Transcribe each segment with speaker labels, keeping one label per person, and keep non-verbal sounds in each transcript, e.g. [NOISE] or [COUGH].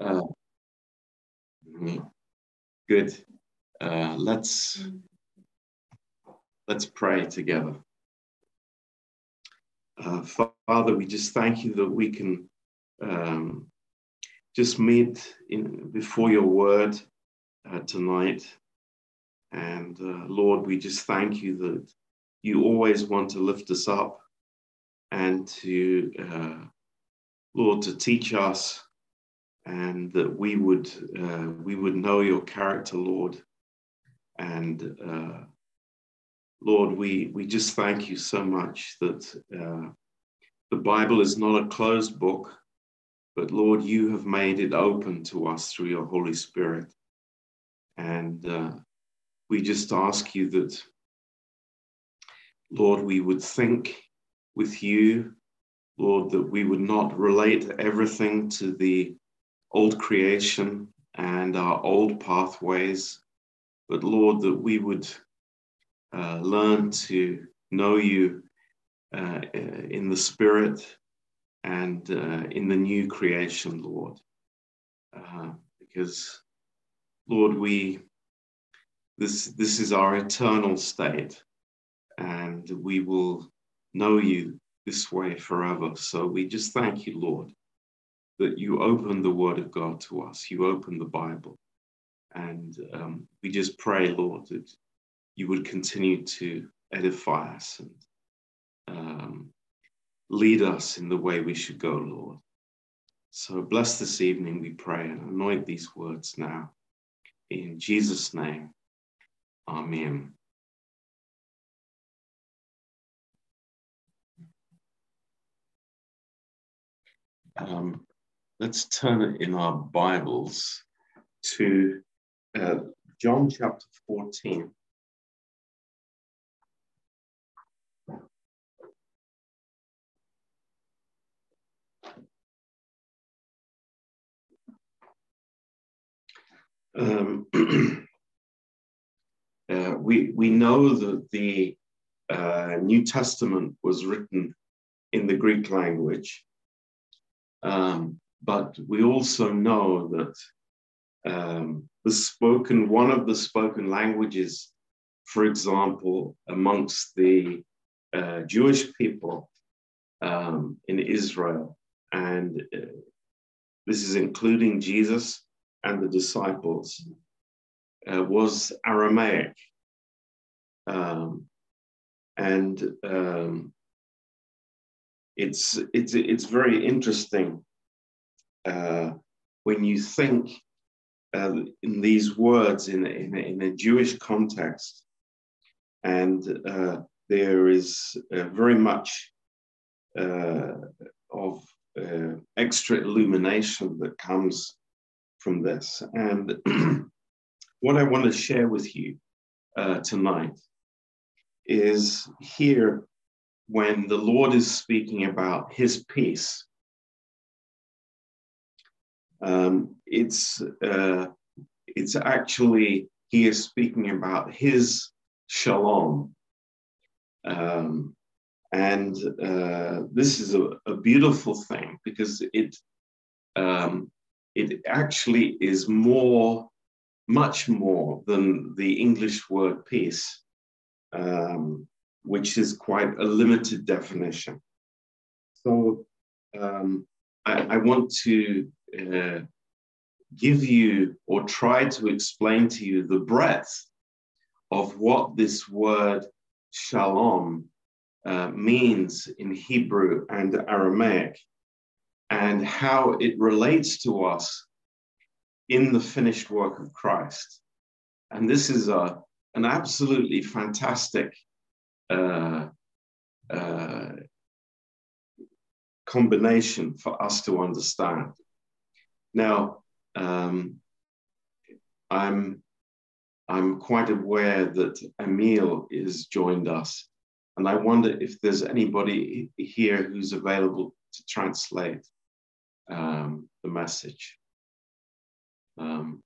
Speaker 1: Uh, mhm. good. Uh, let's let's pray together. Uh, Father, we just thank you that we can um, just meet in, before your word uh, tonight. And uh, Lord, we just thank you that you always want to lift us up and to, uh, Lord, to teach us and that we would, uh, we would know your character, Lord. And uh, Lord, we, we just thank you so much that uh, the Bible is not a closed book, but Lord, you have made it open to us through your Holy Spirit. And uh, we just ask you that, Lord, we would think with you, Lord, that we would not relate everything to the old creation and our old pathways, but Lord, that we would uh, learn to know you uh, in the Spirit and uh, in the new creation, Lord. Uh, because, Lord, we this this is our eternal state, and we will know you this way forever. So we just thank you, Lord, that you open the Word of God to us. You open the Bible, and um, we just pray, Lord, that you would continue to edify us and um, lead us in the way we should go, Lord. So bless this evening, we pray, and anoint these words now. In Jesus' name, Amen. Um, let's turn in our Bibles to uh, John chapter 14. um, [CLEARS THROAT] uh, we, we know that the uh, New Testament was written in the Greek language, um, but we also know that um, the spoken, one of the spoken languages, for example, amongst the uh, Jewish people um, in Israel, and uh, this is including Jesus, and the disciples uh, was Aramaic. Um, and um, it's, it's, it's very interesting uh, when you think uh, in these words in, in, in, a Jewish context. And uh, there is uh, very much uh, of uh, extra illumination that comes from this. And [CLEARS THROAT] what I want to share with you uh, tonight is here when the Lord is speaking about his peace. Um, it's, uh, it's actually, he is speaking about his shalom. Um, and uh, this is a, a, beautiful thing because it um, it actually is more, much more than the English word peace, um, which is quite a limited definition. So um, I, I, want to uh, give you or try to explain to you the breadth of what this word shalom uh, means in Hebrew and Aramaic and how it relates to us in the finished work of Christ. And this is a, an absolutely fantastic uh, uh, combination for us to understand. Now, um, I'm, I'm quite aware that Emil is joined us, and I wonder if there's anybody here who's available to translate. Um, the message. Um,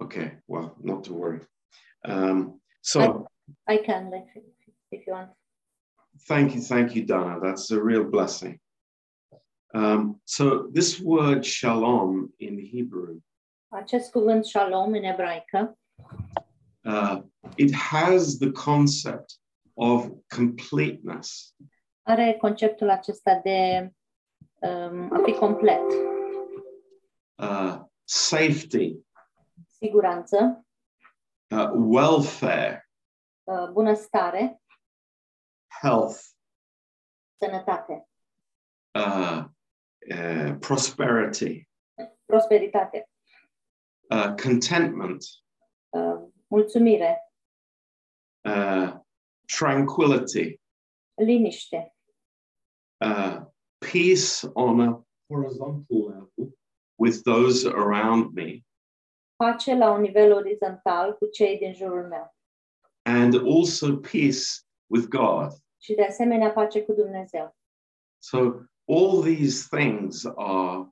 Speaker 1: okay, well, not to worry. Um, so
Speaker 2: I, I can if, if you want.
Speaker 1: Thank you, thank you, Donna. That's a real blessing. Um, so, this word shalom in Hebrew,
Speaker 2: Acest cuvânt shalom în ebraică
Speaker 1: uh, it has the concept of completeness.
Speaker 2: are conceptul acesta de um, a fi complet,
Speaker 1: uh, safety,
Speaker 2: siguranță,
Speaker 1: uh, welfare,
Speaker 2: uh, bunăstare,
Speaker 1: health,
Speaker 2: sănătate,
Speaker 1: uh, uh, prosperity,
Speaker 2: prosperitate,
Speaker 1: uh, contentment,
Speaker 2: uh, mulțumire,
Speaker 1: uh, tranquility,
Speaker 2: liniște,
Speaker 1: uh, peace on a horizontal level with those around me,
Speaker 2: pace la un nivel orizontal cu cei din jurul meu
Speaker 1: and also peace with God.
Speaker 2: și de asemenea pace cu Dumnezeu.
Speaker 1: So, all these things are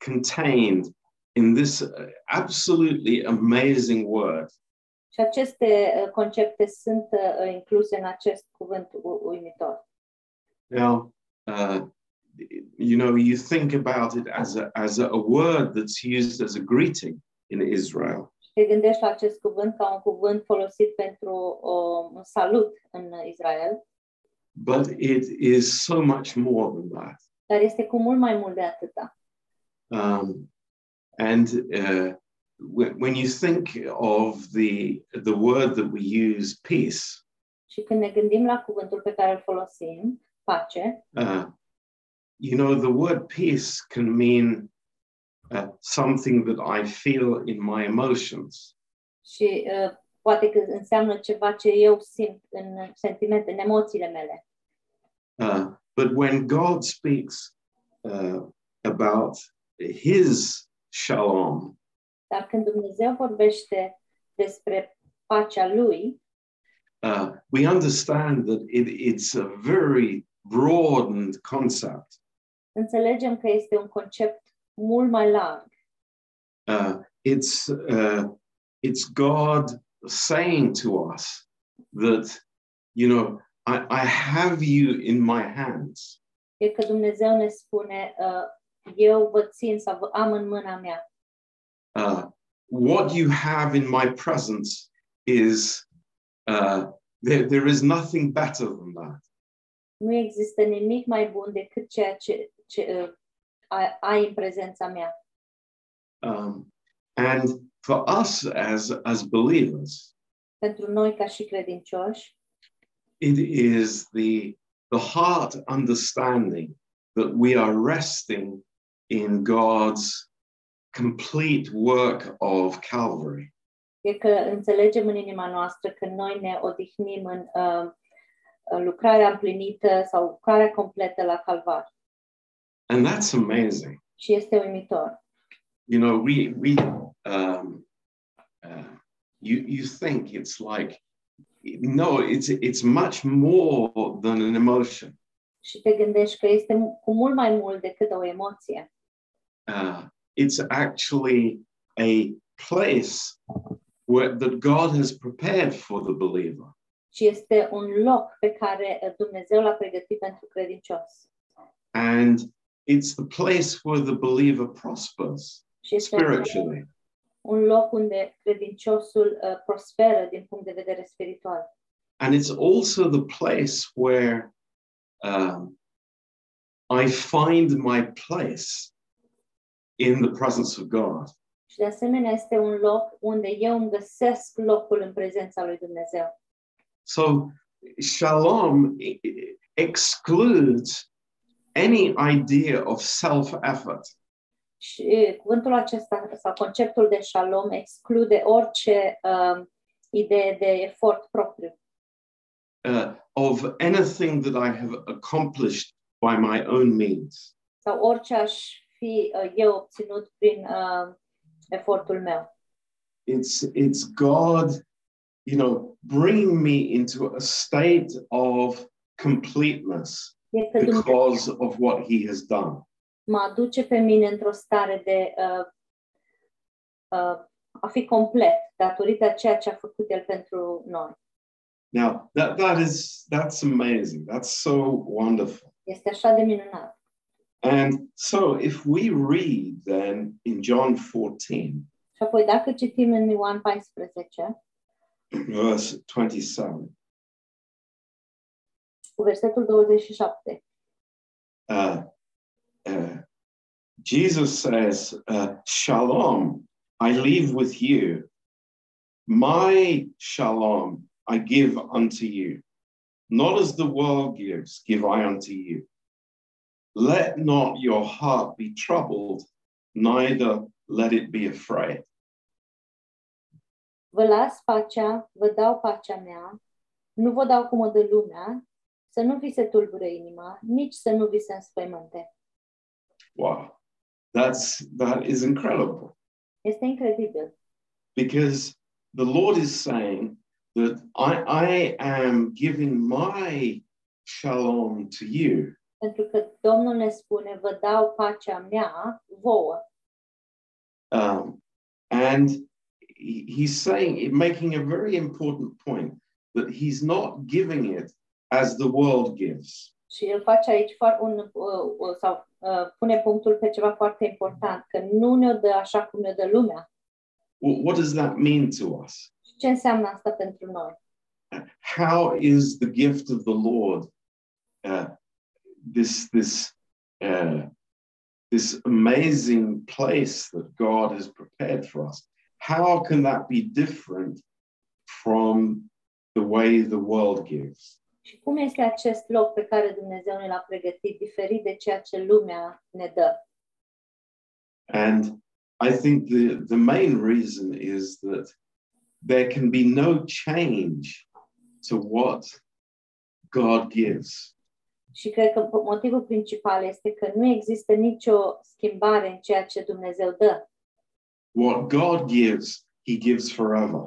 Speaker 1: contained in this uh, absolutely amazing word.
Speaker 2: Și aceste uh, concepte sunt uh, incluse în acest cuvânt u- uimitor.
Speaker 1: Now, uh, you know, you think about it as a, as a word that's used as a greeting in Israel.
Speaker 2: Și te gândești la acest cuvânt ca un cuvânt folosit pentru o, un salut în Israel,
Speaker 1: But it is so much more than that.
Speaker 2: dar este cu mult mai mult de atâta.
Speaker 1: Um, and uh, when, when you think of the, the word that we use, peace,
Speaker 2: Și când ne gândim la cuvântul pe care îl folosim, pace,
Speaker 1: uh, you know, the word peace can mean uh, something that I feel in my emotions.
Speaker 2: și uh, poate că înseamnă ceva ce eu simt în sentimente, în emoțiile mele.
Speaker 1: Uh, but when God speaks uh, about his shalom,
Speaker 2: Dar când Dumnezeu vorbește despre pacea Lui,
Speaker 1: uh, we understand that it, it's a very broadened concept.
Speaker 2: înțelegem că este un concept mult mai larg.
Speaker 1: Uh, it's, uh, it's God saying to us that, you know, I, I have you in my hands.
Speaker 2: E că Dumnezeu ne spune, uh, eu vă țin sau vă am în mâna mea.
Speaker 1: Uh, what you have in my presence is, uh, there, there is nothing better than that.
Speaker 2: Nu există nimic mai bun decât ceea ce, ce uh, ai- ai în prezența mea.
Speaker 1: Um, and for us as, as believers,
Speaker 2: Pentru noi ca și credincioși,
Speaker 1: it is the, the heart understanding that we are resting in God's complete work of Calvary.
Speaker 2: e că înțelegem în inima noastră că noi ne odihnim în uh, lucrarea împlinită sau lucrarea completă la calvar.
Speaker 1: And that's amazing.
Speaker 2: Și este uimitor.
Speaker 1: You know, we, we um, uh, you, you think it's like, no, it's, it's much more than an emotion.
Speaker 2: Și te gândești că este mu- cu mult mai mult decât o emoție.
Speaker 1: uh, it's actually a place where, that God has prepared for the believer.
Speaker 2: ci este un loc pe care uh, Dumnezeu l-a pregătit pentru credincios.
Speaker 1: And it's the place where the believer prospers
Speaker 2: Și este un-
Speaker 1: spiritually.
Speaker 2: un loc unde credinciosul uh, prosperă din punct de vedere spiritual.
Speaker 1: And it's also the place where um, I find my place in the presence of God.
Speaker 2: Și de asemenea este un loc unde eu îmi găsesc locul în prezența lui Dumnezeu.
Speaker 1: So, shalom e- e- excludes any idea of self effort.
Speaker 2: Și uh, cuvântul acesta sau conceptul de shalom exclude orice uh, idee de efort propriu
Speaker 1: uh, of anything that I have accomplished by my own means.
Speaker 2: sau orice aș fi uh, eu obținut prin uh, efortul meu.
Speaker 1: It's, it's God, you know, bringing me into a state of completeness
Speaker 2: Este Dumnezeu
Speaker 1: because of what he has done.
Speaker 2: mă aduce pe mine într-o stare de uh, uh, a fi complet datorită a ceea ce a făcut El pentru noi.
Speaker 1: Now that that is that's amazing. That's so wonderful.
Speaker 2: Este așa de minunat.
Speaker 1: And so if we read then in John 14,
Speaker 2: Și apoi dacă citim în Ioan 14,
Speaker 1: verse 27,
Speaker 2: cu versetul 27,
Speaker 1: uh, uh, Jesus says, uh, Shalom, I leave with you. My shalom I give unto you. Not as the world gives, give I unto you. Let not your heart be troubled, neither let it be afraid.
Speaker 2: Vă las pacea, vă dau pacea mea, nu vă dau cum o dă lumea, să nu vi se tulbure inima, nici să nu vi se înspăimânte.
Speaker 1: Wow, that's that is incredible.
Speaker 2: Este incredibil,
Speaker 1: because the Lord is saying that I, I am giving my shalom to you.
Speaker 2: pentru că Domnul ne spune, vă dau pacea mea vouă.
Speaker 1: Um, and he- he's saying, making a very important point, that he's not giving it as the world gives.
Speaker 2: Și el face aici foarte un, uh, uh, sau uh, pune punctul pe ceva foarte important, că nu ne-o dă așa cum ne-o dă lumea.
Speaker 1: Wh- What does that mean to us?
Speaker 2: Și ce înseamnă asta pentru noi?
Speaker 1: How is the gift of the Lord uh, this, this, uh, this amazing place that God has prepared for us? How can that be different from the way the world gives?
Speaker 2: Și cum este acest loc pe care Dumnezeu ne l-a pregătit diferit de ceea ce lumea ne dă?
Speaker 1: And I think the, the main reason is that there can be no change to what God gives.
Speaker 2: Și cred că motivul principal este că nu există nicio schimbare în ceea ce Dumnezeu dă.
Speaker 1: What God gives, He gives forever.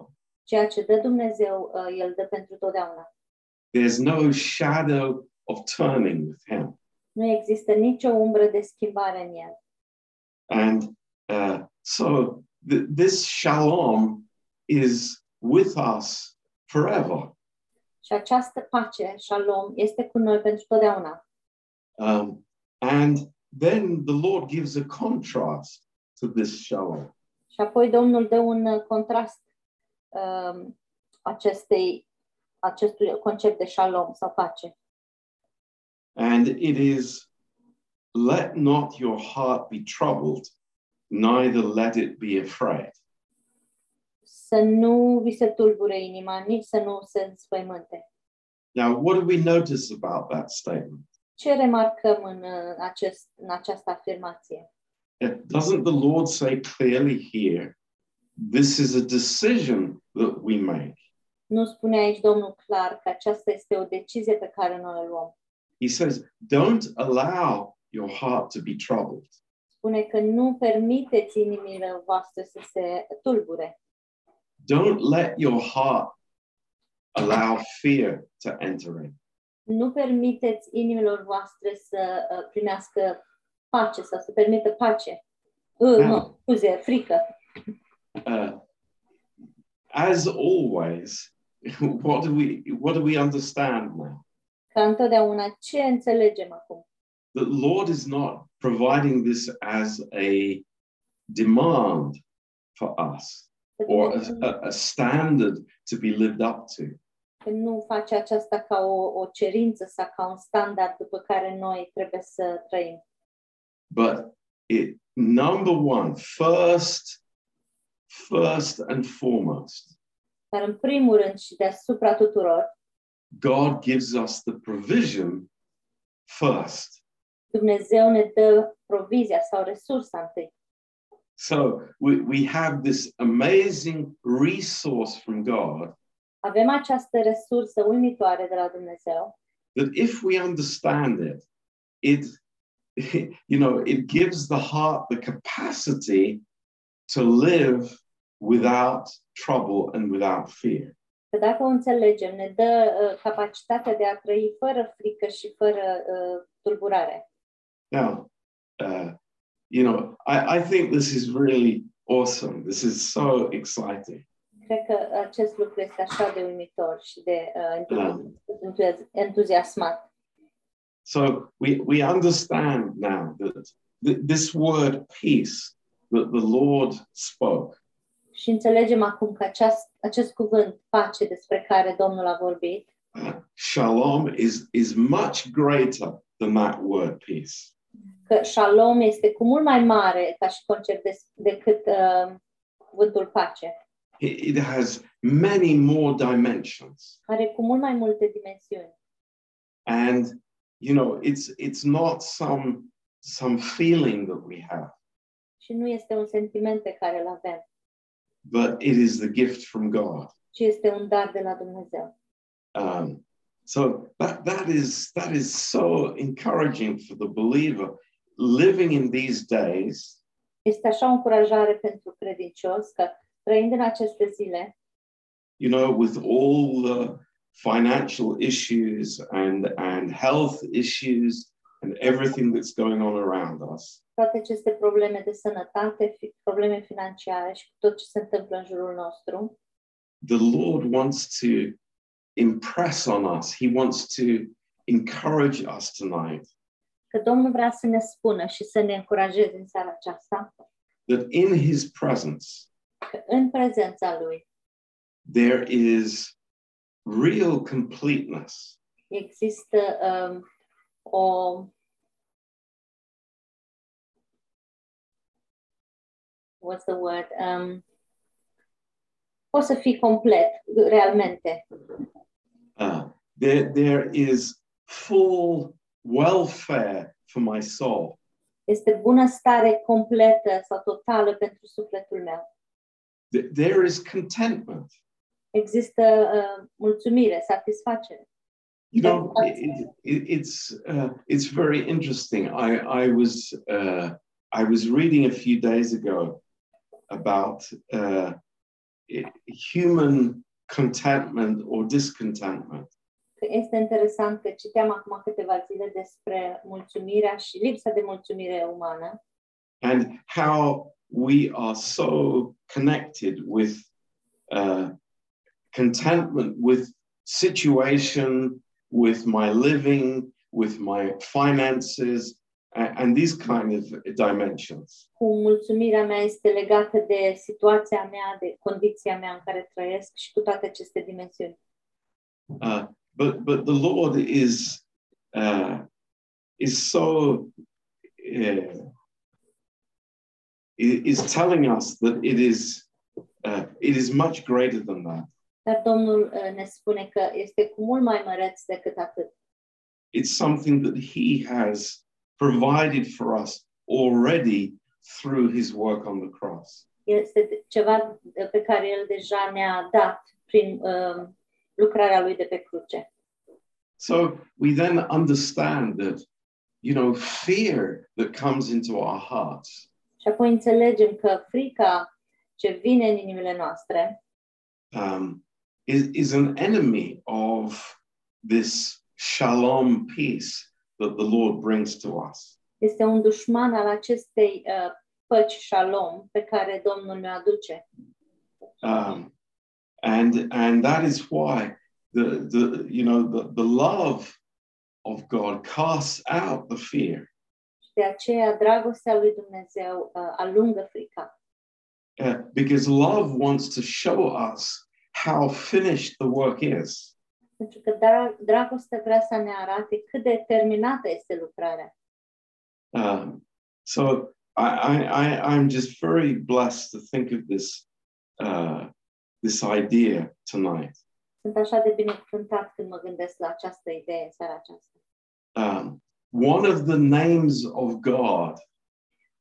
Speaker 2: Ceea ce dă Dumnezeu, uh, El dă pentru totdeauna.
Speaker 1: There's no shadow of turning with Him.
Speaker 2: Nu există nicio umbră de schimbare în El.
Speaker 1: And uh, so th- this shalom is with us forever.
Speaker 2: Și această pace, shalom, este cu noi pentru totdeauna.
Speaker 1: Um, and then the Lord gives a contrast to this shalom.
Speaker 2: Și apoi Domnul dă un uh, contrast um, acestei, acestui concept de shalom sau pace.
Speaker 1: And it is, let not your heart be troubled, neither let it be afraid.
Speaker 2: Să nu vi se tulbure inima, nici să nu se înspăimânte.
Speaker 1: Now, what do we notice about that statement?
Speaker 2: Ce remarcăm în, uh, acest, în această afirmație?
Speaker 1: Yeah, Doesn't the Lord say clearly here, this is a decision that we make?
Speaker 2: Nu spune aici Domnul clar că aceasta este o decizie pe care noi o luăm.
Speaker 1: He says, don't allow your heart to be troubled.
Speaker 2: Spune că nu permiteți inimile voastre să se tulbure.
Speaker 1: Don't let your heart allow fear to enter in.
Speaker 2: Nu permiteți inimilor voastre să uh, primească pace sau să permită pace. Uh,
Speaker 1: Da.
Speaker 2: nu, scuze, frică.
Speaker 1: Uh, as always, [LAUGHS] what do we what do we understand now?
Speaker 2: Ca întotdeauna, ce înțelegem acum?
Speaker 1: The Lord is not providing this as a demand for us
Speaker 2: Că
Speaker 1: or a,
Speaker 2: Dumnezeu
Speaker 1: a- a standard to be lived up to.
Speaker 2: că nu face aceasta ca o, o cerință sau ca un standard după care noi trebuie să trăim.
Speaker 1: But it number one, first, first and foremost,
Speaker 2: Dar în primul rând și deasupra tuturor,
Speaker 1: God gives us the provision first.
Speaker 2: Dumnezeu ne dă provizia sau resursa întâi.
Speaker 1: So we, we have this amazing resource from God
Speaker 2: Avem această resursă uimitoare de la Dumnezeu,
Speaker 1: that if we understand it, it you know it [LAUGHS] gives the heart the capacity to live without trouble and without fear.
Speaker 2: că dacă o înțelegem, ne dă uh, capacitatea de a trăi fără frică și fără uh, tulburare.
Speaker 1: Now, uh, you know, I, I think this is really awesome. This is so exciting.
Speaker 2: Cred că acest lucru este așa de uimitor și de uh, entuzi- entuziasmat.
Speaker 1: So we, we understand now that th- this word peace that the Lord spoke
Speaker 2: Și înțelegem acum că aceast, acest cuvânt, pace, despre care Domnul a vorbit,
Speaker 1: uh, Shalom is is much greater than that word peace.
Speaker 2: că shalom este cu mult mai mare ca și concept des, decât uh, cuvântul pace,
Speaker 1: It, it has many more dimensions,
Speaker 2: are cu mult mai multe dimensiuni.
Speaker 1: and you know it's it's not some some feeling that we have,
Speaker 2: Și nu este un sentiment pe care îl avem,
Speaker 1: but it is the gift from God.
Speaker 2: ci este un dar de la Dumnezeu.
Speaker 1: Um, so that that is that is so encouraging for the believer living in these days
Speaker 2: Este așa o încurajare pentru credincios că trăind în aceste zile,
Speaker 1: you know, with all the financial issues and, and health issues and everything that's going on around us,
Speaker 2: toate aceste probleme de sănătate, fi- probleme financiare și tot ce se întâmplă în jurul nostru,
Speaker 1: the Lord wants to impress on us. He wants to encourage us tonight
Speaker 2: că Domnul vrea să ne spună și să ne încurajeze în seara aceasta
Speaker 1: that in His presence,
Speaker 2: că în prezența Lui
Speaker 1: there is real completeness.
Speaker 2: există um, o what's the word? Um, poți să fii complet, realmente.
Speaker 1: Uh, there, there is full welfare for my soul.
Speaker 2: Este bunăstare completă sau totală pentru sufletul meu.
Speaker 1: Th- There is contentment.
Speaker 2: există uh, mulțumire, satisfacere.
Speaker 1: You
Speaker 2: That's
Speaker 1: know,
Speaker 2: right.
Speaker 1: it, it, it's uh, it's very interesting. I I was uh, I was reading a few days ago about uh, i- human contentment or discontentment,
Speaker 2: Că Este interesant că citeam acum câteva zile despre mulțumirea și lipsa de mulțumire umană
Speaker 1: and how we are so connected with uh, contentment with situation, with my living, with my finances, a- and these kind of dimensions.
Speaker 2: cum mulțumirea mea este legată de situația mea, de condiția mea în care trăiesc și cu toate aceste dimensiuni.
Speaker 1: Uh, but but the Lord is uh, is so uh, i- is telling us that it is uh, it is much greater than that.
Speaker 2: Dar Domnul uh, ne spune că este cu mult mai măreț decât atât.
Speaker 1: It's something that He has provided for us already through His work on the cross.
Speaker 2: Este ceva uh, pe care El deja ne-a dat prin uh, lucrarea Lui de pe cruce.
Speaker 1: So we then understand that you know fear that comes into our hearts
Speaker 2: Și apoi înțelegem că frica ce vine în inimile noastre
Speaker 1: um, is, is an enemy of this shalom peace that the Lord brings to us.
Speaker 2: este un dușman al acestei uh, păci shalom pe care Domnul ne aduce.
Speaker 1: Um, and, and that is why the, the, you know, the, the love of God casts out the fear.
Speaker 2: Și de aceea dragostea lui Dumnezeu uh, alungă frica,
Speaker 1: Uh, because love wants to show us how finished the work is.
Speaker 2: pentru că dra- dragostea vrea să ne arate cât de terminată este lucrarea.
Speaker 1: Um, so I, I, I, I'm just very blessed to think of this, uh, this idea tonight.
Speaker 2: Sunt așa de binecuvântat când mă gândesc la această idee în seara aceasta.
Speaker 1: Um, one of the names of God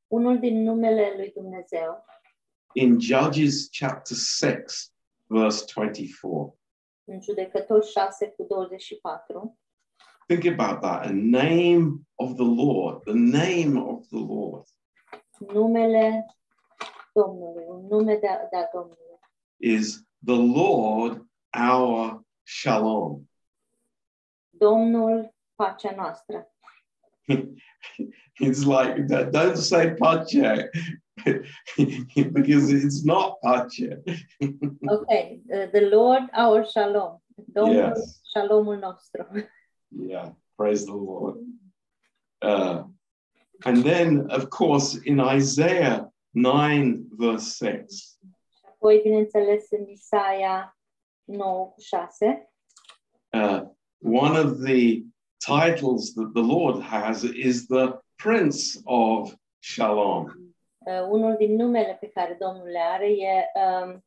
Speaker 2: Unul din numele lui Dumnezeu,
Speaker 1: in Judges chapter 6, verse 24.
Speaker 2: în judecători 6 cu 24,
Speaker 1: Think about that. A name of the Lord, the name of the Lord.
Speaker 2: numele Domnului, un nume de a, de a Domnului.
Speaker 1: is the Lord our shalom.
Speaker 2: Domnul, pacea noastră.
Speaker 1: it's like don't don't say pace [LAUGHS] because it's not pace.
Speaker 2: Okay, uh, the Lord our Shalom, Domnul
Speaker 1: Yes.
Speaker 2: Shalomul nostru.
Speaker 1: Yeah, praise the Lord. Uh, and then, of course, in Isaiah 9, verse 6,
Speaker 2: Apoi, bineînțeles, în Isaia 9 cu 6,
Speaker 1: uh, one of the titles that the Lord has is the Prince of Shalom.
Speaker 2: uh, unul din numele pe care Domnul le are e um,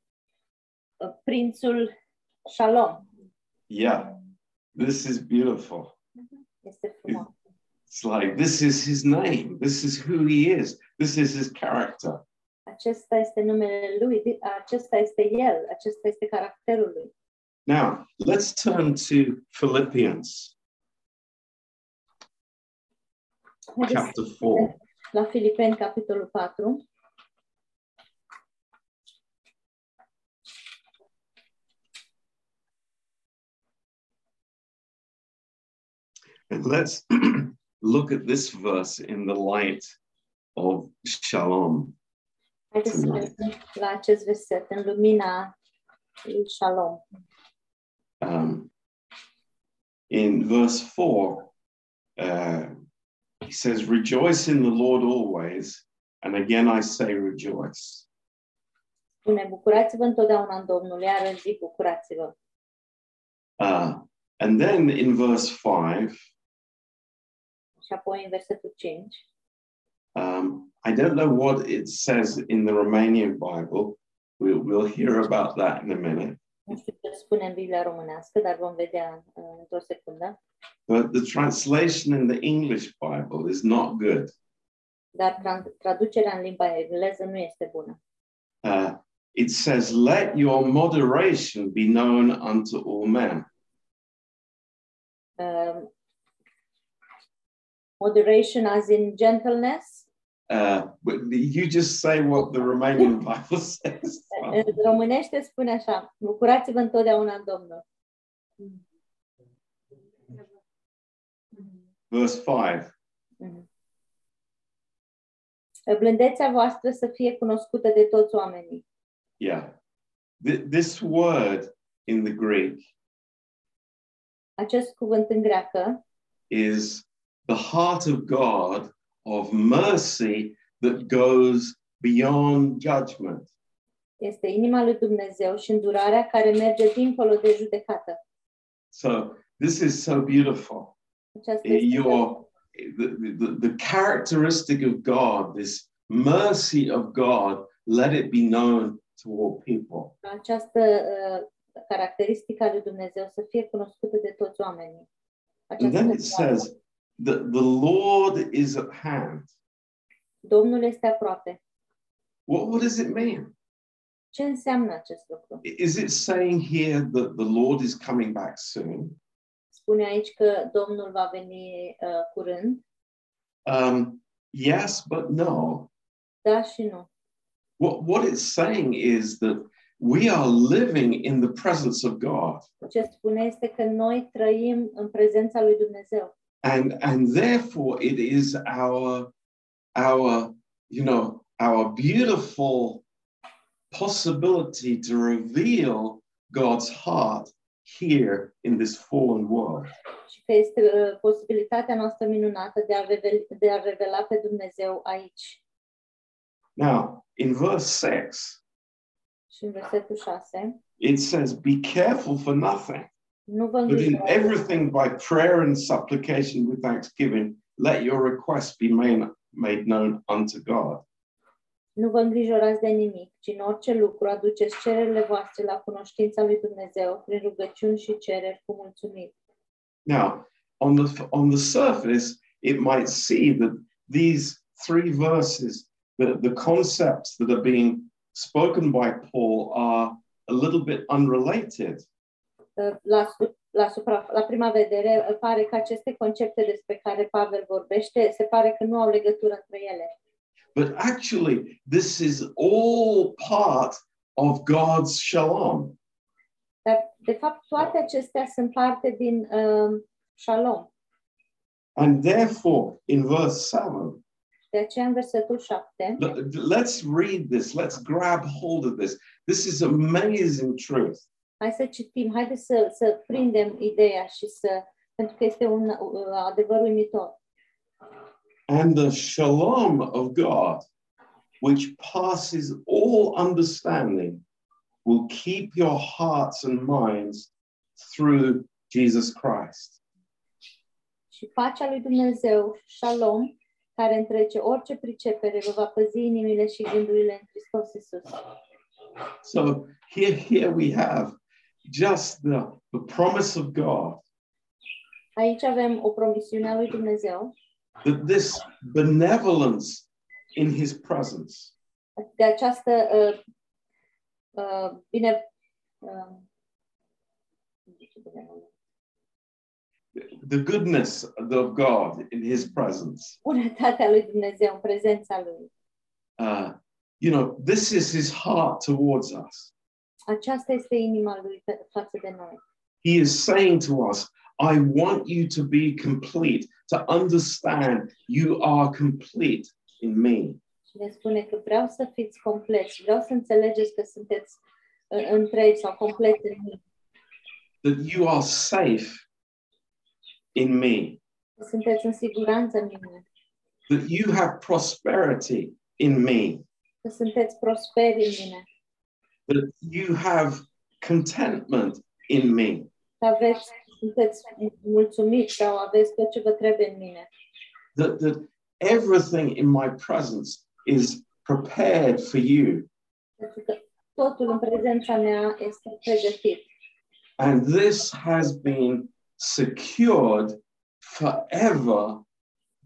Speaker 2: uh, Prințul Shalom.
Speaker 1: Yeah, this is beautiful.
Speaker 2: Este frumos.
Speaker 1: It's like, this is his name. This is who he is. This is his character.
Speaker 2: Acesta este numele lui, di- acesta este el, acesta este caracterul lui.
Speaker 1: Now, let's turn to Philippians
Speaker 2: Haideți
Speaker 1: chapter 4.
Speaker 2: la Filipeni, capitolul 4.
Speaker 1: And let's [CLEARS THROAT] look at this verse in the light of shalom.
Speaker 2: Haideți să
Speaker 1: Tonight.
Speaker 2: vedem la acest verset, în lumina lui Shalom.
Speaker 1: Um, in verse 4, uh, he says, Rejoice in the Lord always. And again, I say rejoice.
Speaker 2: Spune, bucurați-vă întotdeauna în Domnul, iar în zi bucurați-vă.
Speaker 1: Uh, and then in verse 5,
Speaker 2: Și apoi în versetul 5.
Speaker 1: um, I don't know what it says in the Romanian Bible. We'll, we'll hear about that in a minute.
Speaker 2: Nu știu ce spune în Biblia românească, dar vom vedea uh, într-o secundă.
Speaker 1: But the translation in the English Bible is not good.
Speaker 2: Dar tran- traducerea în limba engleză nu este bună.
Speaker 1: Uh, it says, Let your moderation be known unto all men.
Speaker 2: Uh, moderation as in gentleness.
Speaker 1: Uh, but you just say what the Romanian [LAUGHS] Bible says.
Speaker 2: În românește spune așa, bucurați-vă întotdeauna în Domnul.
Speaker 1: Verse 5
Speaker 2: Mhm. Blândețea voastră să fie cunoscută de toți oamenii.
Speaker 1: Yeah. Th- this word in the Greek
Speaker 2: Acest cuvânt în greacă
Speaker 1: is the heart of God of mercy that goes beyond judgment.
Speaker 2: este inima lui Dumnezeu și îndurarea care merge dincolo de judecată.
Speaker 1: So this is so beautiful.
Speaker 2: Aceasta
Speaker 1: Eh,
Speaker 2: este
Speaker 1: your the, the, the characteristic of God, this mercy of God, let it be known to all people.
Speaker 2: această uh, caracteristică a lui Dumnezeu să fie cunoscută de toți oamenii.
Speaker 1: And
Speaker 2: Această
Speaker 1: then it
Speaker 2: dorință.
Speaker 1: says that the Lord is at hand.
Speaker 2: Domnul este aproape.
Speaker 1: What, what does it mean?
Speaker 2: Ce înseamnă acest lucru?
Speaker 1: Is it saying here that the Lord is coming back soon?
Speaker 2: Spune aici că Domnul va veni uh, curând,
Speaker 1: Um, yes, but no.
Speaker 2: da și nu.
Speaker 1: What, what it's saying is that we are living in the presence of God.
Speaker 2: Ce spune este că noi trăim în prezența lui Dumnezeu
Speaker 1: and and therefore it is our our you know our beautiful possibility to reveal god's heart here in this fallen world
Speaker 2: și că este uh, posibilitatea noastră minunată de a, revel, de a revela pe Dumnezeu aici.
Speaker 1: now in verse 6
Speaker 2: Și în versetul 6,
Speaker 1: it says be careful for nothing
Speaker 2: nu vă
Speaker 1: but in
Speaker 2: îngrijorați
Speaker 1: everything by prayer and supplication with thanksgiving let your requests be made, made known unto god
Speaker 2: Nu vă îngrijorați de nimic, ci în orice lucru aduceți cererile voastre la cunoștința lui Dumnezeu prin rugăciuni și cereri cu mulțumiri.
Speaker 1: Now, on the on the surface, it might see that these three verses, the, the concepts that are being spoken by Paul are a little bit unrelated.
Speaker 2: Uh, La, su- la, supra, la prima vedere uh, pare că aceste concepte despre care Pavel vorbește se pare că nu au legătură între ele.
Speaker 1: But actually, this is all part of God's shalom.
Speaker 2: Dar, de fapt, toate acestea sunt parte din uh, Shalom.
Speaker 1: And therefore, in verse 7,
Speaker 2: De aceea, în versetul 7,
Speaker 1: l- let's read this, let's grab hold of this. This is amazing truth.
Speaker 2: hai să citim, haideți să, să prindem ideea și să, pentru că este un uh, adevăr uimitor.
Speaker 1: And the shalom of God, which passes all understanding, will keep your hearts and minds through Jesus Christ.
Speaker 2: Și pacea lui Dumnezeu, shalom, care întrece orice pricepere, vă va păzi inimile și gândurile în Hristos Iisus.
Speaker 1: So here, here we have just the, the promise of God
Speaker 2: Aici avem o promisiune a lui Dumnezeu,
Speaker 1: that this benevolence in his presence,
Speaker 2: de această uh, uh, bine... Uh, nu știu ce bine numesc.
Speaker 1: the goodness of God in his presence.
Speaker 2: bunătatea lui Dumnezeu în prezența lui.
Speaker 1: Uh, you know, this is his heart towards us.
Speaker 2: Aceasta este inima lui pe- față de noi.
Speaker 1: He is saying to us, I want you to be complete, to understand you are complete in me.
Speaker 2: Și ne spune că vreau să fiți compleți, vreau să înțelegeți că sunteți uh, întregi sau complet în mine,
Speaker 1: that you are safe in me,
Speaker 2: că sunteți în siguranță în mine,
Speaker 1: that you have prosperity in me,
Speaker 2: că sunteți prosperi în mine,
Speaker 1: that you have contentment in me.
Speaker 2: că aveți, sunteți mulțumiți sau aveți tot ce vă trebuie în mine,
Speaker 1: that, that everything in my presence is prepared for you.
Speaker 2: pentru că totul în prezența mea este pregătit.
Speaker 1: And this has been secured forever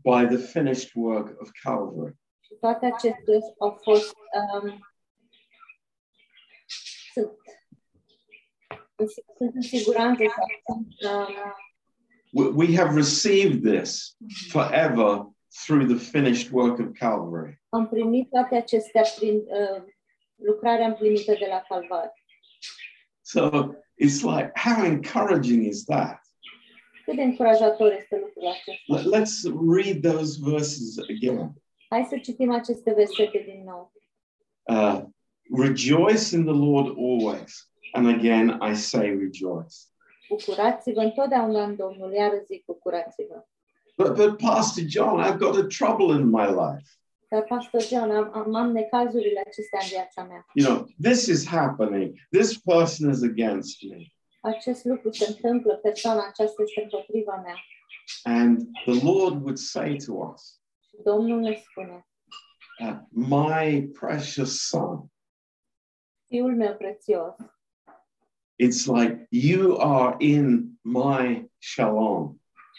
Speaker 1: by the finished work of Calvary.
Speaker 2: Și toate acestea au fost um, sunt, sunt în siguranță sau sunt, um,
Speaker 1: We, we have received this forever through the finished work of Calvary.
Speaker 2: am primit toate acestea prin uh, lucrarea împlinită de la Calvar.
Speaker 1: So it's like, how encouraging is that?
Speaker 2: Cât de încurajator este lucrul acesta.
Speaker 1: Let- let's read those verses again.
Speaker 2: Hai să citim aceste versete din nou.
Speaker 1: Uh, rejoice in the Lord always. And again, I say rejoice.
Speaker 2: Bucurați-vă întotdeauna în Domnul, iar zic bucurați-vă.
Speaker 1: But, but Pastor John, I've got a trouble in my life.
Speaker 2: Dar, Pastor John, am, am, am necazurile acestea în viața mea.
Speaker 1: You know, this is happening. This person is against me.
Speaker 2: Acest lucru se întâmplă, persoana aceasta este împotriva mea.
Speaker 1: And the Lord would say to us,
Speaker 2: Și Domnul ne spune,
Speaker 1: uh, My precious son,
Speaker 2: Fiul meu prețios,
Speaker 1: it's like you are in my shalom.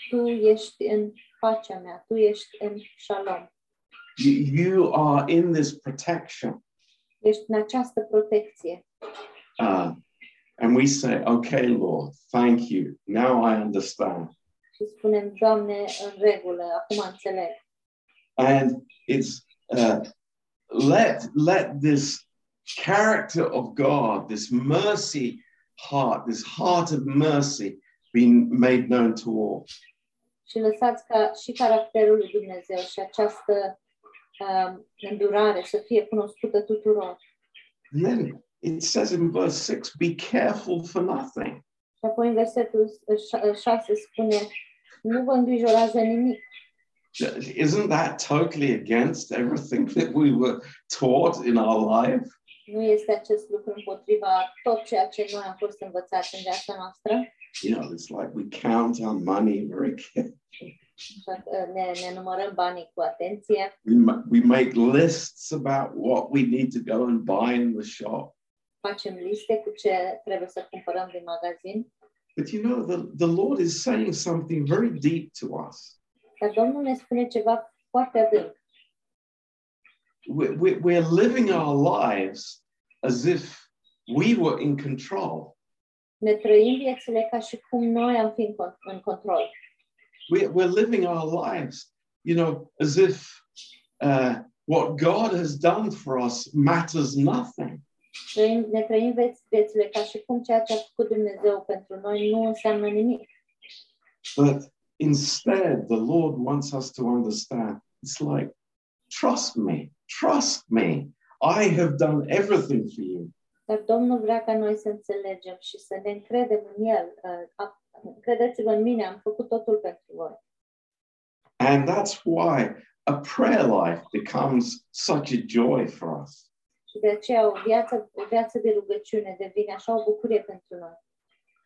Speaker 2: tu ești în pacea mea, tu ești în shalom,
Speaker 1: You, you are in this protection.
Speaker 2: ești în această protecție.
Speaker 1: Uh, and we say, Okay, Lord, thank you. Now I understand.
Speaker 2: Și spunem, Doamne, în regulă, acum înțeleg.
Speaker 1: and it's uh, let let this character of God, this mercy heart, this heart of mercy, be made known to all.
Speaker 2: Și lăsați ca și caracterul lui Dumnezeu și această um, îndurare să fie cunoscută tuturor.
Speaker 1: And then it says in verse six, "Be careful for nothing."
Speaker 2: Și apoi în versetul 6 spune, nu vă îngrijorați de nimic.
Speaker 1: Isn't that totally against everything that we were taught in our life?
Speaker 2: Nu este acest lucru împotriva tot ceea ce noi am fost învățați în viața noastră.
Speaker 1: You know, it's like we count our money very carefully.
Speaker 2: Așa că uh, Ne, ne numărăm banii cu atenție.
Speaker 1: We ma- we make lists about what we need to go and buy in the shop.
Speaker 2: facem liste cu ce trebuie să cumpărăm din magazin.
Speaker 1: But you know, the, the Lord is saying something very deep to us.
Speaker 2: Dar Domnul ne spune ceva foarte adânc.
Speaker 1: We, we, we're living our lives as if we were in control.
Speaker 2: Ne trăim viețile ca și cum noi am fi în con- în control.
Speaker 1: We, we're living our lives, you know, as if uh, what God has done for us matters nothing.
Speaker 2: Trăim, ne trăim vieț- viețile ca și cum ceea ce a făcut Dumnezeu pentru noi nu înseamnă nimic.
Speaker 1: But Instead, the Lord wants us to understand it's like, trust me, trust me. I have done everything for you.
Speaker 2: Dar Domnul vrea ca noi să înțelegem și să ne încredem în El. Uh, a- Credeți-vă în mine, am făcut totul pentru voi.
Speaker 1: And that's why a prayer life becomes such a joy for us.
Speaker 2: Și de aceea o viață, o viață de rugăciune devine așa o bucurie pentru noi.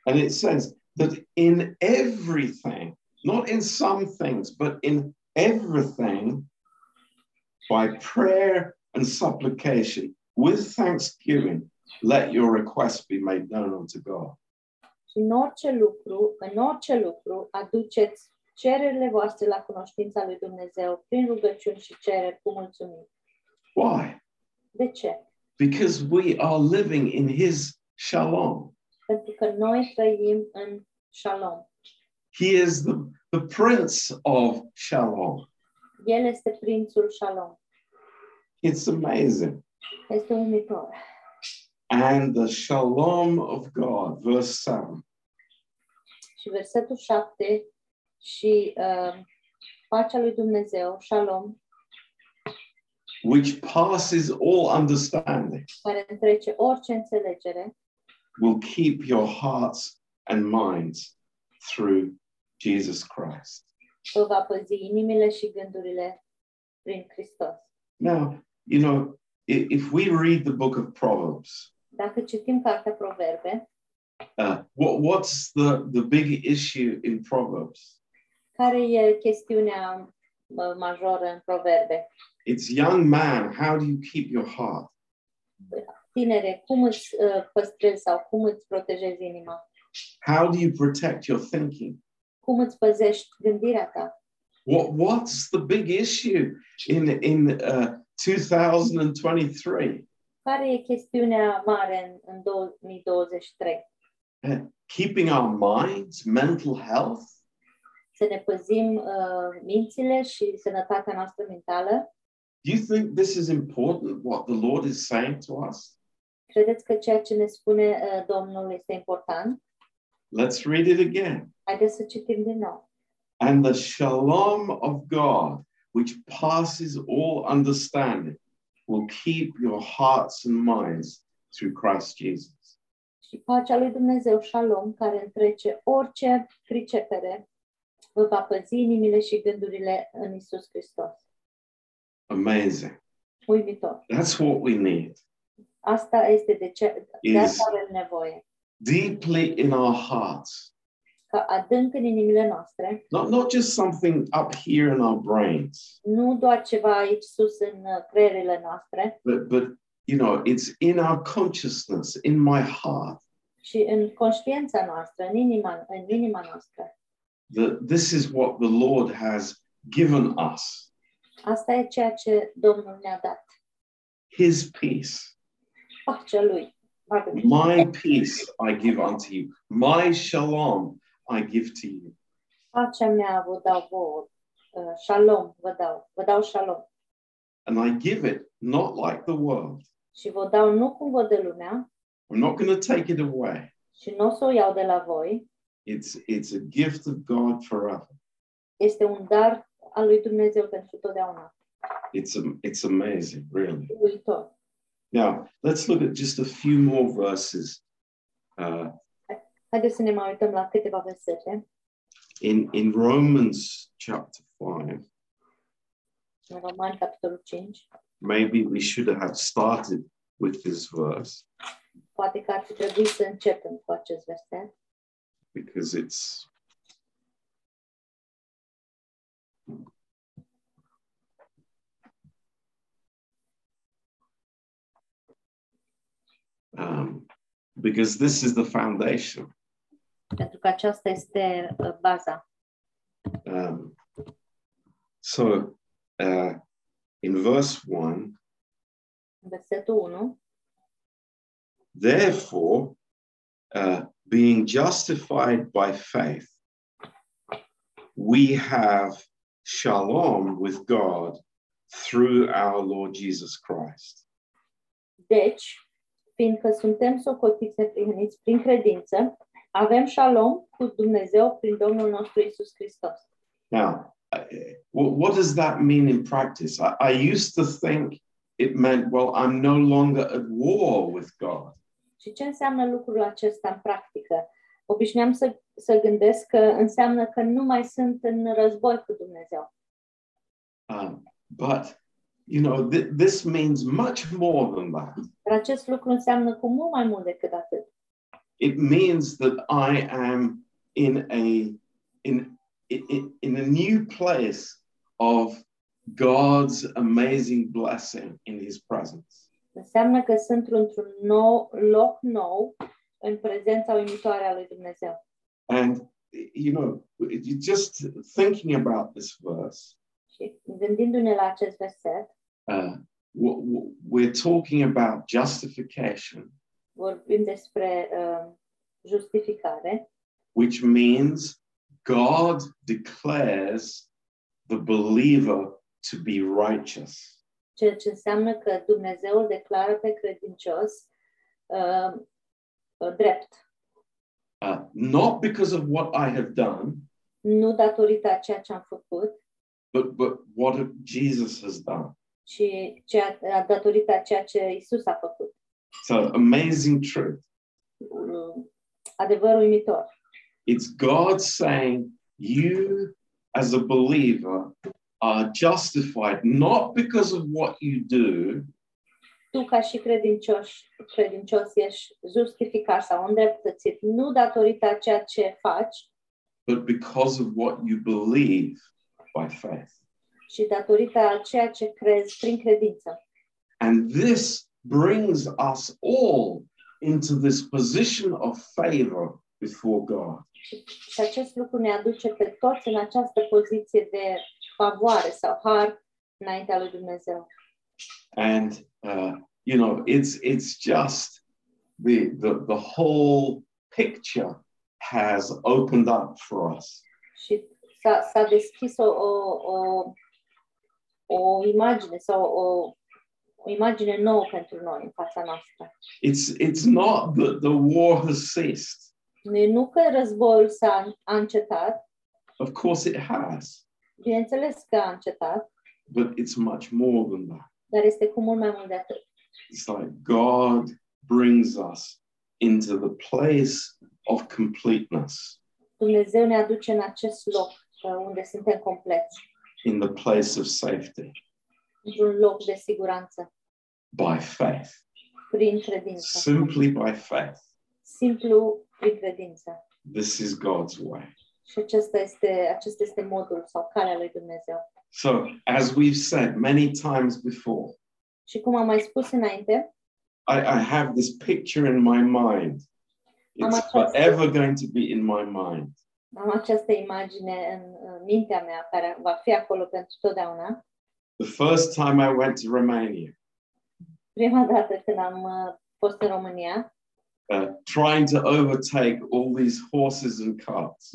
Speaker 1: And it says that in everything, not in some things, but in everything, by prayer and supplication, with thanksgiving, let your requests be made known unto God.
Speaker 2: Și în orice lucru, în orice lucru, aduceți cererile voastre la cunoștința lui Dumnezeu prin rugăciuni și cereri cu mulțumiri.
Speaker 1: Why?
Speaker 2: De ce?
Speaker 1: Because we are living in His shalom.
Speaker 2: Pentru că noi trăim în shalom.
Speaker 1: He is the, the Prince of Shalom.
Speaker 2: El este prințul shalom.
Speaker 1: It's amazing.
Speaker 2: Este uimitor.
Speaker 1: and the shalom of God, verse 7,
Speaker 2: Și versetul 7 și uh, pacea lui Dumnezeu, shalom,
Speaker 1: which passes all understanding,
Speaker 2: care întrece orice înțelegere,
Speaker 1: will keep your hearts and minds through Jesus Christ.
Speaker 2: vă va păzi inimile și gândurile prin Hristos.
Speaker 1: Now, you know, i- if we read the book of Proverbs,
Speaker 2: Dacă citim cartea Proverbe,
Speaker 1: uh, what, what's the, the big issue in Proverbs?
Speaker 2: care e chestiunea mă, majoră în Proverbe?
Speaker 1: It's young man, how do you keep your heart?
Speaker 2: Tinere, cum îți uh, păstrezi sau cum îți protejezi inima?
Speaker 1: How do you protect your thinking?
Speaker 2: Cum îți păzești gândirea ta?
Speaker 1: What, what's the big issue in, in uh, 2023?
Speaker 2: Care e chestiunea mare în, în 2023?
Speaker 1: keeping our minds, mental health,
Speaker 2: Să ne păzim uh, mințile și sănătatea noastră mentală?
Speaker 1: do you think this is important what the Lord is saying to us?
Speaker 2: Credeți că ceea ce ne spune uh, Domnul este important?
Speaker 1: Let's read it again.
Speaker 2: Haideți să citim din nou.
Speaker 1: And the shalom of God, which passes all understanding, will keep your hearts and minds through Christ Jesus.
Speaker 2: Și pacea lui Dumnezeu, Shalom, care întrece orice pricepere, vă va păzi inimile și gândurile în Isus Hristos.
Speaker 1: Amazing.
Speaker 2: Uimitor.
Speaker 1: That's what we need.
Speaker 2: Asta este de ce de
Speaker 1: Is
Speaker 2: asta avem nevoie.
Speaker 1: deeply in our hearts,
Speaker 2: Ca adânc în inimile noastre,
Speaker 1: not, not just something up here in our brains,
Speaker 2: nu doar ceva aici sus în uh, creierile noastre,
Speaker 1: but, but you know, it's in our consciousness, in my heart.
Speaker 2: și în conștiința noastră, în inima, în inima noastră.
Speaker 1: that this is what the Lord has given us
Speaker 2: Asta e ceea ce Domnul ne-a dat.
Speaker 1: His peace.
Speaker 2: Pacea Lui. Pardon.
Speaker 1: My peace I give unto you, my shalom I give to you.
Speaker 2: Pacea mea vă dau vouă. Uh, Shalom vă dau. Vă dau shalom.
Speaker 1: And I give it not like the world.
Speaker 2: și vă dau nu cumva de lumea
Speaker 1: I'm not going to take it away.
Speaker 2: și nu o să o iau de la voi,
Speaker 1: It's, it's a gift of God forever.
Speaker 2: este un dar al lui Dumnezeu pentru totdeauna.
Speaker 1: It's, am- it's amazing, really.
Speaker 2: Uitor.
Speaker 1: Now, let's look at just a few more verses uh,
Speaker 2: Haideți să ne mai uităm la câteva versete.
Speaker 1: in, in Romans chapter 5.
Speaker 2: În Roman, capitolul 5.
Speaker 1: Maybe we should have started with this verse.
Speaker 2: Poate că ar fi trebuit să începem cu acest verset.
Speaker 1: because it's um, because this is the foundation.
Speaker 2: Pentru că aceasta este uh, baza.
Speaker 1: Um, so, uh, in verse one,
Speaker 2: În Versetul 1.
Speaker 1: therefore, uh, being justified by faith, we have shalom with God through our Lord Jesus Christ.
Speaker 2: Deci, fiindcă suntem socotiți neprihăniți prin credință, Avem shalom cu Dumnezeu prin Domnul nostru Isus Hristos.
Speaker 1: Now, uh, wh- what does that mean in practice? I, I used to think it meant, well, I'm no longer at war with God.
Speaker 2: Și ce înseamnă lucrul acesta în practică? Obișnuiam să, să gândesc că înseamnă că nu mai sunt în război cu Dumnezeu.
Speaker 1: Um, but, you know, th- this means much more than that.
Speaker 2: Dar acest lucru înseamnă cu mult mai mult decât atât.
Speaker 1: It means that I am in a, in, in, in a new place of God's amazing blessing in his presence.
Speaker 2: Înseamnă că sunt într-un nou loc nou în prezența uimitoare a lui Dumnezeu.
Speaker 1: And, you know, you- just thinking about this verse,
Speaker 2: Și gândindu-ne la acest verset,
Speaker 1: uh, w- w- we're talking about justification,
Speaker 2: vorbim despre uh, justificare,
Speaker 1: which means God declares the believer to be righteous.
Speaker 2: ceea ce înseamnă că Dumnezeu îl declară pe credincios uh, uh, drept.
Speaker 1: Uh, not because of what I have done,
Speaker 2: Nu datorită a ceea ce am făcut,
Speaker 1: but, but what Jesus has done.
Speaker 2: ci ceea, datorită a ceea ce Isus a făcut.
Speaker 1: So, amazing truth.
Speaker 2: Uh, adevărul uimitor.
Speaker 1: It's God saying, You as a believer are justified not because of what you do,
Speaker 2: tu ca și credincios, credincios ești justificat sau îndreptățit, nu datorită a ceea ce faci,
Speaker 1: but because of what you believe by faith.
Speaker 2: ci datorită a ceea ce crezi prin credință.
Speaker 1: And this brings us all into this position of favor before God.
Speaker 2: Și acest lucru ne aduce pe toți în această poziție de favoare sau har înaintea lui Dumnezeu.
Speaker 1: And uh, you know, it's it's just the, the the whole picture has opened up for us.
Speaker 2: Și s-a, s-a deschis o, o, o, o imagine sau o, o imagine nouă pentru noi în fața noastră.
Speaker 1: It's it's not that the war has ceased.
Speaker 2: Nu că războiul s-a a încetat,
Speaker 1: Of course it has,
Speaker 2: bineînțeles că a încetat,
Speaker 1: but it's much more than that.
Speaker 2: dar este cu mult mai mult de atât.
Speaker 1: It's like God brings us into the place of completeness.
Speaker 2: Dumnezeu ne aduce în acest loc uh, unde suntem compleți,
Speaker 1: in the place of safety
Speaker 2: într-un loc de siguranță,
Speaker 1: by faith,
Speaker 2: prin credință.
Speaker 1: simply by faith.
Speaker 2: Simplu prin credință.
Speaker 1: This is God's way.
Speaker 2: Și acesta este, acesta este modul sau calea lui Dumnezeu.
Speaker 1: So, as we've said many times before,
Speaker 2: Și cum am mai spus înainte,
Speaker 1: I, I have this picture in my mind.
Speaker 2: Am
Speaker 1: It's
Speaker 2: acest-
Speaker 1: forever going to be in my mind.
Speaker 2: am această imagine în, în mintea mea care va fi acolo pentru totdeauna.
Speaker 1: The first time I went to Romania,
Speaker 2: Prima [LAUGHS] dată când am uh, fost în România,
Speaker 1: uh, trying to overtake all these horses and carts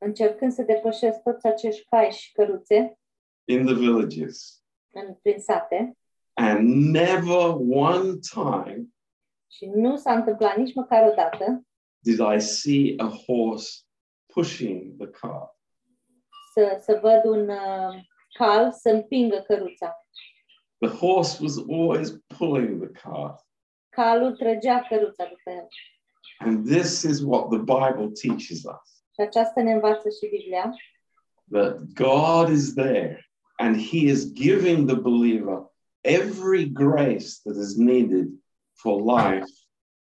Speaker 2: încercând să depășesc toți acești cai și căruțe
Speaker 1: in the villages,
Speaker 2: în, prin sate,
Speaker 1: and never one time
Speaker 2: și nu s-a întâmplat nici măcar o dată
Speaker 1: did I see a horse pushing the cart.
Speaker 2: să, să văd un uh, cal să împingă căruța.
Speaker 1: The horse was always pulling the cart.
Speaker 2: Calul trăgea căruța după el.
Speaker 1: And this is what the Bible teaches us
Speaker 2: Și aceasta ne învață și Biblia,
Speaker 1: that God is there and He is giving the believer every grace that is needed for life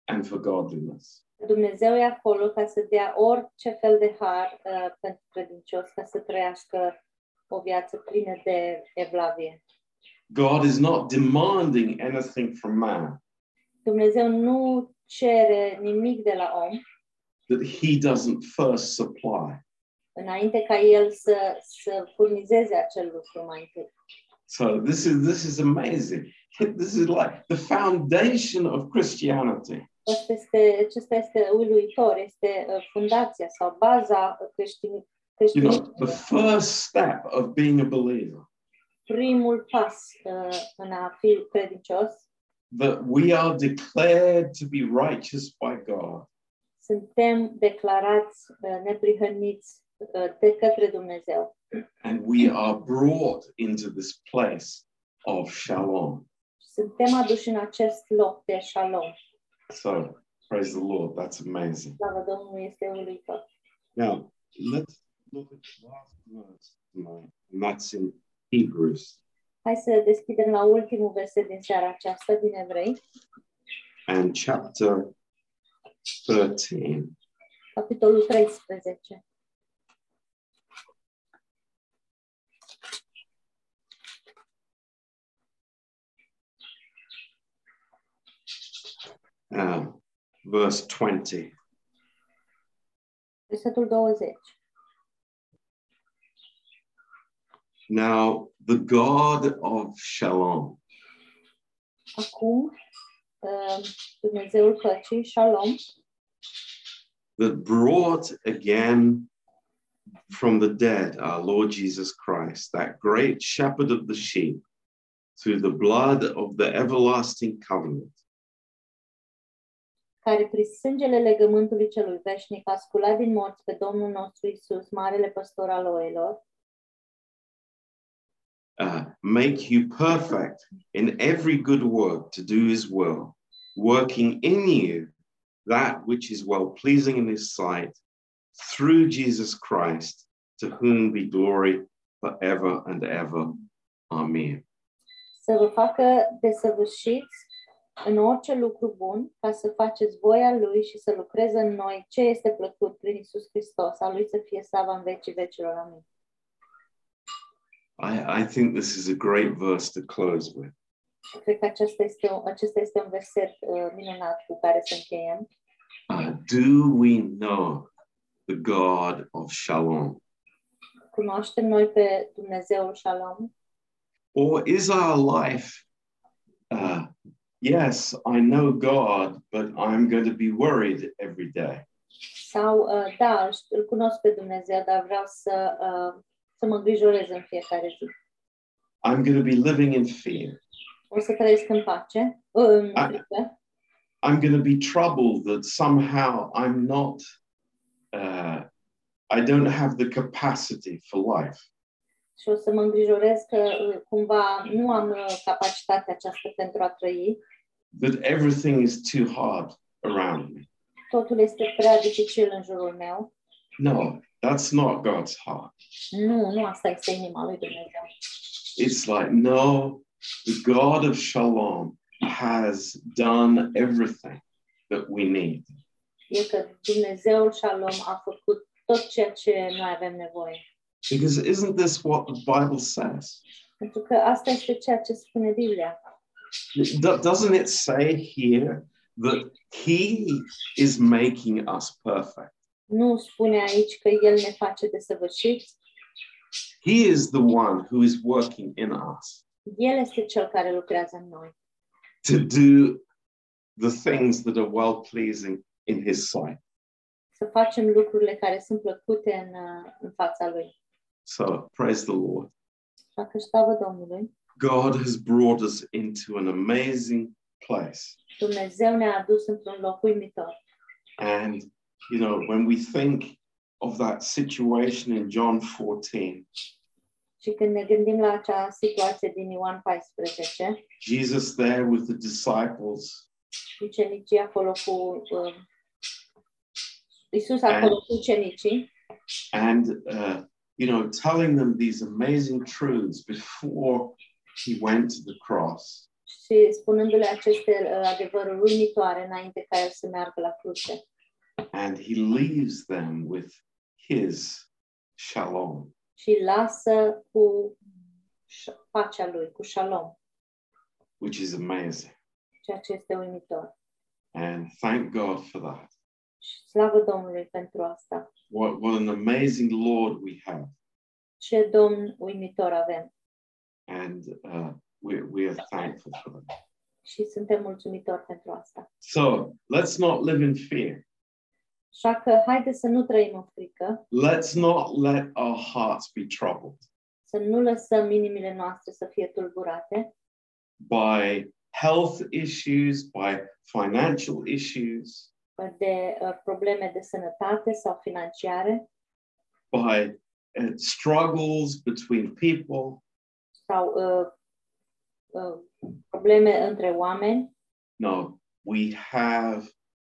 Speaker 1: and for godliness.
Speaker 2: că Dumnezeu e acolo ca să dea orice fel de har uh, pentru credincios, ca să trăiască o viață plină de evlavie.
Speaker 1: God is not demanding anything from man
Speaker 2: Dumnezeu nu cere nimic de la om
Speaker 1: that He doesn't first supply.
Speaker 2: înainte ca el să, să furnizeze acel lucru mai întâi.
Speaker 1: So this is this is amazing. This is like the foundation of Christianity.
Speaker 2: Asta este, acesta este uluitor, este uh, fundația sau baza creștin,
Speaker 1: You
Speaker 2: creștinismului.
Speaker 1: know, the first step of being a believer.
Speaker 2: primul pas uh, în a fi credincios,
Speaker 1: that we are declared to be righteous by God
Speaker 2: suntem declarați uh, neprihăniți uh, de către Dumnezeu
Speaker 1: and we are brought into this place of shalom.
Speaker 2: și suntem aduși în acest loc de shalom.
Speaker 1: So, praise the Lord. That's amazing.
Speaker 2: Slavă Domnului este uluitor.
Speaker 1: Now, let's look at the last verse tonight, and that's in Hebrews.
Speaker 2: Hai să deschidem la ultimul verset din seara aceasta din Evrei,
Speaker 1: and chapter 13.
Speaker 2: capitolul 13.
Speaker 1: uh, verse 20.
Speaker 2: Versetul 20.
Speaker 1: Now, the God of Shalom
Speaker 2: Acum, uh, Dumnezeul păcii, shalom,
Speaker 1: that brought again from the dead our Lord Jesus Christ, that great shepherd of the sheep, through the blood of the everlasting covenant,
Speaker 2: care prin sângele legământului celui veșnic a sculat din morți pe Domnul nostru Isus, marele păstor al oilor,
Speaker 1: uh, make you perfect in every good work to do his will, working in you that which is well pleasing in his sight through Jesus Christ, to whom be glory forever and ever. Amen.
Speaker 2: să vă facă desăvârșiți în orice lucru bun, ca să faceți voia Lui și să lucreze în noi ce este plăcut prin Isus Hristos, a Lui să fie slava în vecii vecilor. Amin.
Speaker 1: I, I think this is a great verse to close with.
Speaker 2: Cred că acesta este, un- acesta este un verset uh, minunat cu care să încheiem.
Speaker 1: Uh, do we know the God of Shalom?
Speaker 2: Cunoaștem noi pe Dumnezeul Shalom?
Speaker 1: Or is our life, uh, yes, I know God, but I'm going to be worried every day?
Speaker 2: Sau, uh, da, îl ș- îl cunosc pe Dumnezeu, dar vreau să, uh, să mă îngrijorez în fiecare zi.
Speaker 1: I'm going to be living in fear.
Speaker 2: O să trăiesc în pace, uh, în
Speaker 1: Ah.
Speaker 2: frică.
Speaker 1: I'm going to be troubled that somehow I'm not, uh, I don't have the capacity for life.
Speaker 2: și o să mă îngrijorez că uh, cumva nu am uh, capacitatea aceasta pentru a trăi.
Speaker 1: That everything is too hard around me.
Speaker 2: Totul este prea dificil în jurul meu.
Speaker 1: No, that's not God's heart.
Speaker 2: Nu, nu asta este inima lui Dumnezeu.
Speaker 1: It's like, no, the God of Shalom has done everything that we need.
Speaker 2: E că Dumnezeul Shalom a făcut tot ceea ce noi avem nevoie.
Speaker 1: Because isn't this what the Bible says?
Speaker 2: Pentru că asta este ceea ce spune Biblia.
Speaker 1: Do- Doesn't it say here that He is making us perfect?
Speaker 2: Nu spune aici că El ne face desăvârșiți,
Speaker 1: He is the one who is working in us
Speaker 2: El este Cel care lucrează în noi
Speaker 1: to do the things that are well pleasing in His sight.
Speaker 2: să facem lucrurile care sunt plăcute în, uh, în fața Lui.
Speaker 1: So praise the Lord.
Speaker 2: Așa că slavă Domnului,
Speaker 1: God has brought us into an amazing place.
Speaker 2: Dumnezeu ne-a adus într-un loc uimitor.
Speaker 1: And, you know, when we think of that situation in John 14,
Speaker 2: Și când ne gândim la acea situație din Ioan 14,
Speaker 1: Jesus there with the disciples
Speaker 2: ucenicii acolo cu... Uh, Iisus acolo cu ucenicii
Speaker 1: and uh, you know telling them these amazing truths before he went to the cross
Speaker 2: și spunându-le aceste uh, adevăruri uimitoare înainte ca El să meargă la cruce.
Speaker 1: and he leaves them with his shalom
Speaker 2: Și lasă cu ș- pacea Lui, cu shalom,
Speaker 1: which is amazing
Speaker 2: ceea ce este uimitor.
Speaker 1: and thank god for that
Speaker 2: Și Slavă Domnului pentru asta.
Speaker 1: what, what an amazing lord we have
Speaker 2: Ce Domn uimitor avem
Speaker 1: and uh, we, we are thankful for that
Speaker 2: și suntem mulțumitori pentru asta.
Speaker 1: so let's not live in fear
Speaker 2: Așa că haide să nu trăim în frică,
Speaker 1: let's not let our hearts be troubled
Speaker 2: să nu lăsăm inimile noastre să fie tulburate
Speaker 1: by health issues by financial issues
Speaker 2: de uh, probleme de sănătate sau financiare
Speaker 1: by uh, struggles between people.
Speaker 2: sau uh, uh, probleme între oameni.
Speaker 1: No, we have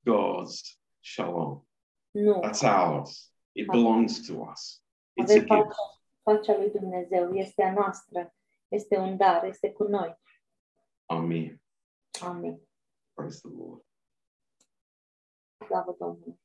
Speaker 1: God's shalom.
Speaker 2: Nu.
Speaker 1: That's ours. It
Speaker 2: Ah.
Speaker 1: belongs to us. It's a
Speaker 2: Avem
Speaker 1: gift.
Speaker 2: pacea, pacea lui Dumnezeu, este a noastră, este un dar, este cu noi.
Speaker 1: Amen.
Speaker 2: Amin.
Speaker 1: Praise the Lord.
Speaker 2: Slavă Domnului.